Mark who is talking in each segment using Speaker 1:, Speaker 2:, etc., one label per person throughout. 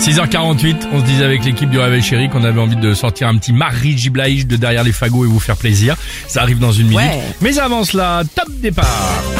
Speaker 1: 6h48, on se disait avec l'équipe du Réveil Chéri qu'on avait envie de sortir un petit Marie J. Blige de derrière les fagots et vous faire plaisir. Ça arrive dans une minute.
Speaker 2: Ouais.
Speaker 1: Mais avant cela, top départ.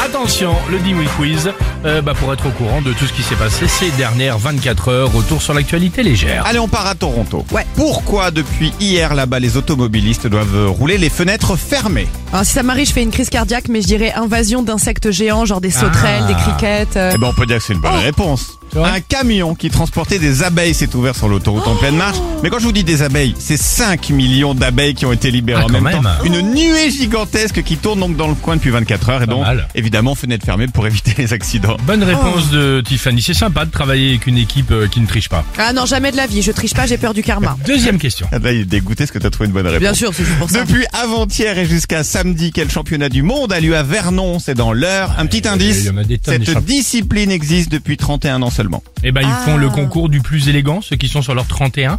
Speaker 1: Attention, le Dimouille Quiz, euh, bah, pour être au courant de tout ce qui s'est passé ces dernières 24 heures, retour sur l'actualité légère.
Speaker 3: Allez, on part à Toronto.
Speaker 2: Ouais.
Speaker 3: Pourquoi depuis hier là-bas les automobilistes doivent rouler les fenêtres fermées
Speaker 4: Alors, si ça m'arrive, je fais une crise cardiaque, mais je dirais invasion d'insectes géants, genre des sauterelles,
Speaker 1: Ah.
Speaker 4: des criquettes. euh.
Speaker 3: Eh ben on peut dire que c'est une bonne réponse.
Speaker 1: vrai
Speaker 3: Un camion qui transportait des abeilles s'est ouvert sur l'autoroute en pleine marche.
Speaker 1: Oh.
Speaker 3: Mais quand je vous dis des abeilles, c'est 5 millions d'abeilles qui ont été libérées
Speaker 1: Ah,
Speaker 3: en
Speaker 1: quand
Speaker 3: même,
Speaker 1: même.
Speaker 3: temps. Une nuée gigantesque qui tourne donc dans le coin depuis 24 heures et donc
Speaker 1: mal.
Speaker 3: évidemment fenêtre fermée pour éviter les accidents.
Speaker 1: Bonne réponse de Tiffany, c'est sympa de travailler avec une équipe euh, qui ne triche pas.
Speaker 4: Ah non, jamais de la vie, je triche pas, j'ai peur du karma.
Speaker 1: Deuxième question.
Speaker 3: Ah bah il est dégoûté parce que t'as trouvé une bonne réponse.
Speaker 4: Bien sûr, c'est juste pour ça.
Speaker 3: Depuis avant-hier et jusqu'à samedi, quel championnat du monde a lieu à Vernon C'est dans l'heure. Un petit
Speaker 1: il y
Speaker 3: indice.
Speaker 1: en a des tonnes, des
Speaker 3: Cette
Speaker 1: champ-
Speaker 3: discipline existe depuis 31 ans seulement.
Speaker 1: Eh ben ils
Speaker 4: Ah.
Speaker 1: font le concours du plus élégant, ceux qui sont sur leur 31.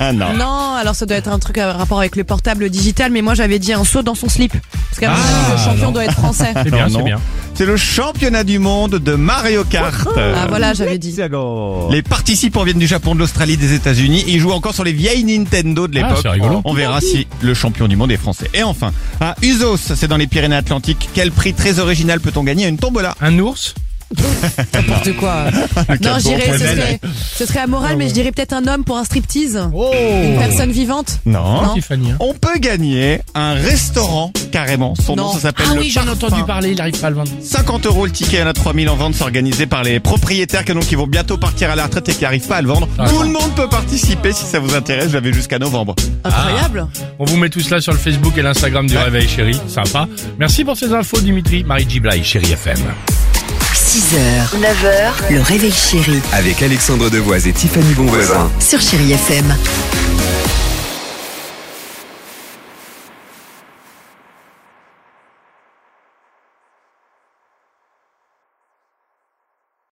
Speaker 3: Ah non.
Speaker 4: Non, alors ça doit être un truc à rapport avec le portable digital, mais moi j'avais dit un saut dans son slip. Parce qu'à mon
Speaker 1: Ah,
Speaker 4: avis, le champion
Speaker 1: non.
Speaker 4: doit être français.
Speaker 1: C'est bien,
Speaker 3: Ah Non,
Speaker 1: c'est
Speaker 3: non.
Speaker 1: bien.
Speaker 3: C'est le championnat du monde de Mario Kart. Euh,
Speaker 4: Ah voilà, j'avais dit.
Speaker 3: Les participants viennent du Japon, de l'Australie, des États-Unis. Ils jouent encore sur les vieilles Nintendo de
Speaker 1: Ah,
Speaker 3: l'époque.
Speaker 1: c'est rigolo.
Speaker 3: On verra si le champion du monde est français. Et enfin, à Usos, c'est dans les Pyrénées-Atlantiques. Quel prix très original peut-on gagner à une tombola
Speaker 1: Un ours
Speaker 4: N'importe quoi. non,
Speaker 3: carton
Speaker 4: je dirais, ce
Speaker 3: poubelle.
Speaker 4: serait, ce serait amoral, mais je dirais peut-être un homme pour un striptease.
Speaker 1: Oh
Speaker 4: Une personne vivante.
Speaker 3: Non.
Speaker 1: Tiffany. hein.
Speaker 3: On peut gagner un restaurant carrément. Son
Speaker 4: Non. Ah
Speaker 3: nom, ça s'appelle le
Speaker 1: j'en ai
Speaker 3: Parfum.
Speaker 1: parler, il arrive pas à le vendre.
Speaker 3: 50 euros le ticket, il y en a 3000 en vente, c'est organisé par les propriétaires qui, donc, qui vont bientôt partir à la retraite et qui n'arrivent pas à le vendre.
Speaker 1: Ah.
Speaker 3: Tout le monde peut participer si ça vous intéresse, j'avais jusqu'à novembre.
Speaker 4: Incroyable.
Speaker 1: On vous met tout cela sur le Facebook et l'Instagram du Réveil Chéri, sympa. Merci pour ces infos Dimitri, Marie Giblay, Chéri FM.
Speaker 2: 6h, 9h, le réveil chéri
Speaker 5: Avec Alexandre Devoise et Tiffany Bonvoisin.
Speaker 2: sur Chéri FM.